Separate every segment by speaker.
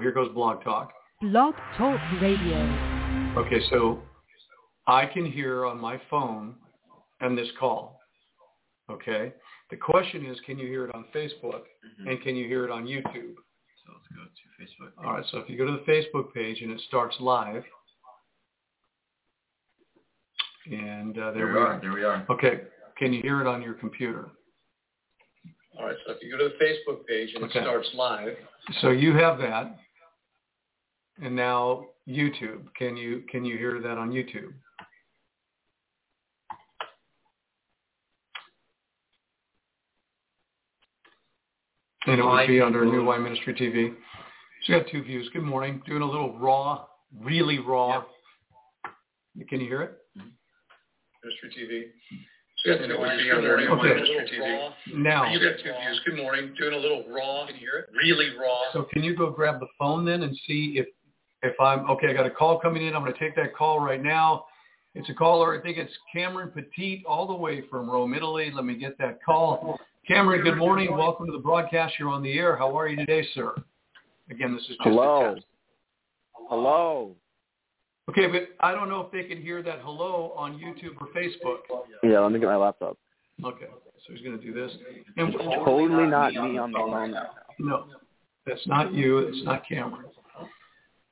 Speaker 1: here goes Blog Talk.
Speaker 2: Blog Talk Radio.
Speaker 1: Okay, so I can hear on my phone and this call. Okay? The question is, can you hear it on Facebook
Speaker 3: Mhm.
Speaker 1: and can you hear it on YouTube?
Speaker 3: So let's go to Facebook.
Speaker 1: All right, so if you go to the Facebook page and it starts live, and uh, there we are.
Speaker 3: There we are.
Speaker 1: Okay, can you hear it on your computer?
Speaker 4: All right, so if you go to the Facebook page and
Speaker 1: Okay.
Speaker 4: it starts live,
Speaker 1: So you have that, and now YouTube. Can you can you hear that on YouTube? And it would be under New Wine Ministry TV. So you got two views. Good morning. Doing a little raw, really raw. Can you hear it?
Speaker 4: Ministry TV. So you got
Speaker 3: And it
Speaker 4: two
Speaker 3: would
Speaker 4: views.
Speaker 3: be
Speaker 4: Good
Speaker 3: under
Speaker 4: morning.
Speaker 1: Okay.
Speaker 4: Doing a little raw.
Speaker 1: Now.
Speaker 4: You got two views. Good morning. Doing a little raw. Can you hear it? Really raw.
Speaker 1: So can you go grab the phone then and see if, if I'm, okay, I got a call coming in. I'm going to take that call right now. It's a caller. I think it's Cameron Petit all the way from Rome, Italy. Let me get that call. Cameron, good morning. Welcome to the broadcast. You're on the air. How are you today, sir? Again, this is just a
Speaker 5: Hello.
Speaker 1: test.
Speaker 5: Hello.
Speaker 1: Okay, but I don't know if they can hear that hello on YouTube or Facebook.
Speaker 5: Yeah, let me get my laptop.
Speaker 1: Okay, so he's going to do this. And
Speaker 5: Totally not me on the phone.
Speaker 1: No, that's not you. It's not Cameron.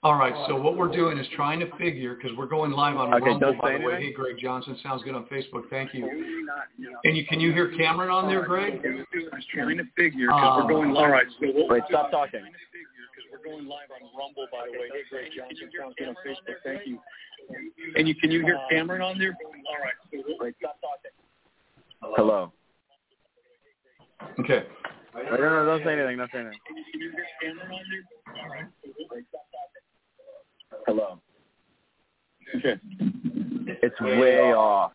Speaker 1: All right. So what we're doing is trying to figure because we're going live on
Speaker 5: Okay,
Speaker 1: Rumble.
Speaker 5: don't
Speaker 1: By
Speaker 5: say
Speaker 1: the way,
Speaker 5: anything.
Speaker 1: hey Greg Johnson sounds good on Facebook. Thank you. And you can you hear Cameron on there, Greg?
Speaker 6: trying to figure
Speaker 1: Uh,
Speaker 6: we're going. All right, so what
Speaker 5: Wait, stop talking.
Speaker 6: we're going live on Rumble, by the way. Hey, Greg Johnson, sounds good on Facebook. Thank you. And you can you hear Cameron on there? All right, so what Wait, stop talking.
Speaker 5: Hello.
Speaker 1: Okay.
Speaker 5: Wait, no, no, don't say anything. Don't say anything.
Speaker 6: Can you hear Cameron on there? All right, so what Wait, stop talking.
Speaker 5: Hello.
Speaker 6: Okay.
Speaker 5: It's way off.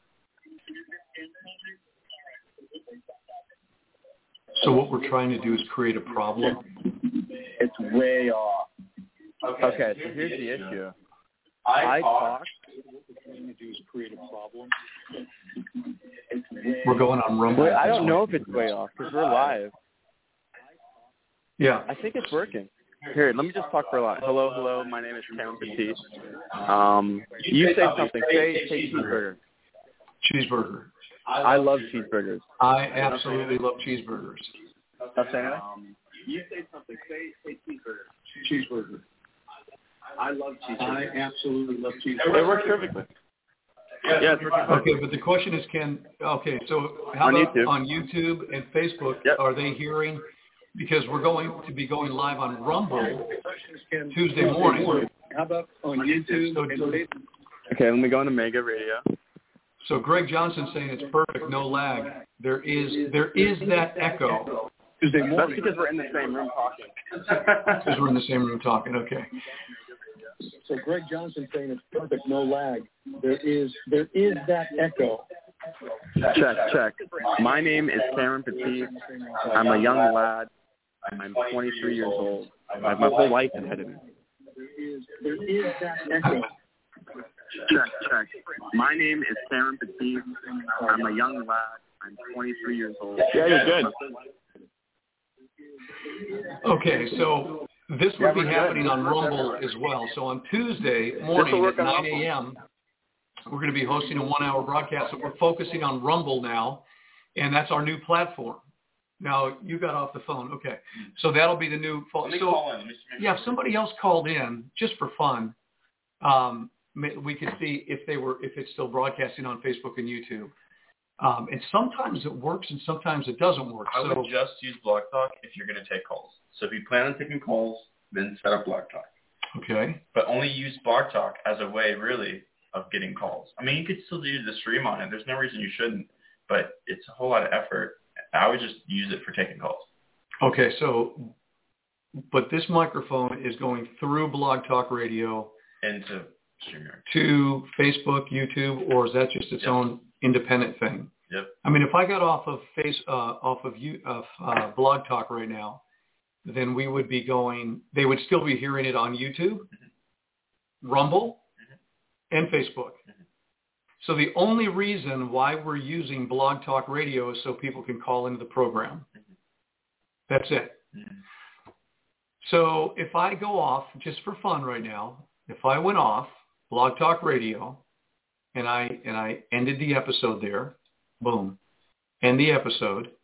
Speaker 1: So what we're trying to do is create a problem.
Speaker 5: It's way off. Okay, so here's the issue. I talk.
Speaker 1: We're going on Rumble.
Speaker 5: Wait, I don't know if it's way off because we're live.
Speaker 1: Yeah.
Speaker 5: I think it's working. Here, let me just talk for a lot. Hello, hello. My name is Cameron Petit. Um, you say something. Say, say cheeseburger.
Speaker 1: Cheeseburger.
Speaker 5: I love cheeseburgers.
Speaker 1: I absolutely love cheeseburgers.
Speaker 5: Stop saying that.
Speaker 6: Cheeseburger. I absolutely love cheese.
Speaker 5: It works perfectly. Yeah, it's working
Speaker 1: Okay, but the question is, can okay? So how
Speaker 5: On
Speaker 1: about
Speaker 5: YouTube.
Speaker 1: on YouTube and Facebook?
Speaker 5: Yep.
Speaker 1: Are they hearing? Because we're going to be going live on Rumble Tuesday morning.
Speaker 6: How about on YouTube
Speaker 1: So-
Speaker 6: and Facebook?
Speaker 5: Okay, let me go into Mega Radio.
Speaker 1: So Greg Johnson saying it's perfect, no lag. There is there is that echo
Speaker 6: Tuesday
Speaker 5: That's
Speaker 6: morning.
Speaker 5: because we're in the same room talking.
Speaker 1: because we're in the same room talking. Okay,
Speaker 6: So Greg Johnson saying it's perfect, no lag. There is there is that echo.
Speaker 5: Check, check. My name is Cameron Petit. I'm a young lad. I'm 23 years old. I have my whole life ahead of me.
Speaker 6: There is there is that echo.
Speaker 5: Check, check. My name is Cameron Petit. I'm a young lad. I'm 23 years old. Yeah, you're good.
Speaker 1: okay. So this will be
Speaker 5: we're good.
Speaker 1: happening on Rumble as well. So on Tuesday morning
Speaker 5: will
Speaker 1: at
Speaker 5: work on
Speaker 1: 9
Speaker 5: Rumble.
Speaker 1: a.m. We're going to be hosting a one-hour broadcast, and we're focusing on Rumble now, and that's our new platform. Now you got off the phone, okay? So that'll be the new. Fo-
Speaker 3: Let me
Speaker 1: so
Speaker 3: call in. Let me see-
Speaker 1: yeah, if somebody else called in just for fun, um, ma- we could see if they were if it's still broadcasting on Facebook and YouTube. Um, and sometimes it works, and sometimes it doesn't work.
Speaker 3: I
Speaker 1: So
Speaker 3: would just use Blog Talk if you're going to take calls. So if you plan on taking calls, then set up Blog Talk.
Speaker 1: okay,
Speaker 3: But only use Blog Talk as a way, really, of getting calls. I mean, you could still do the stream on it. There's no reason you shouldn't, but it's a whole lot of effort. I would just use it for taking calls.
Speaker 1: okay. So, but this microphone is going through Blog Talk Radio
Speaker 3: And to StreamYard.
Speaker 1: to Facebook, YouTube, or is that just its
Speaker 3: Yep.
Speaker 1: own independent thing?
Speaker 3: Yep.
Speaker 1: I mean, if I got off of face uh, off of you of uh, Blog Talk right now, then we would be going. They would still be hearing it on YouTube, Rumble, and Facebook. So the only reason why we're using Blog Talk Radio is so people can call into the program. That's it. So if I go off just for fun right now, if I went off Blog Talk Radio and I and I ended the episode there, boom, end the episode,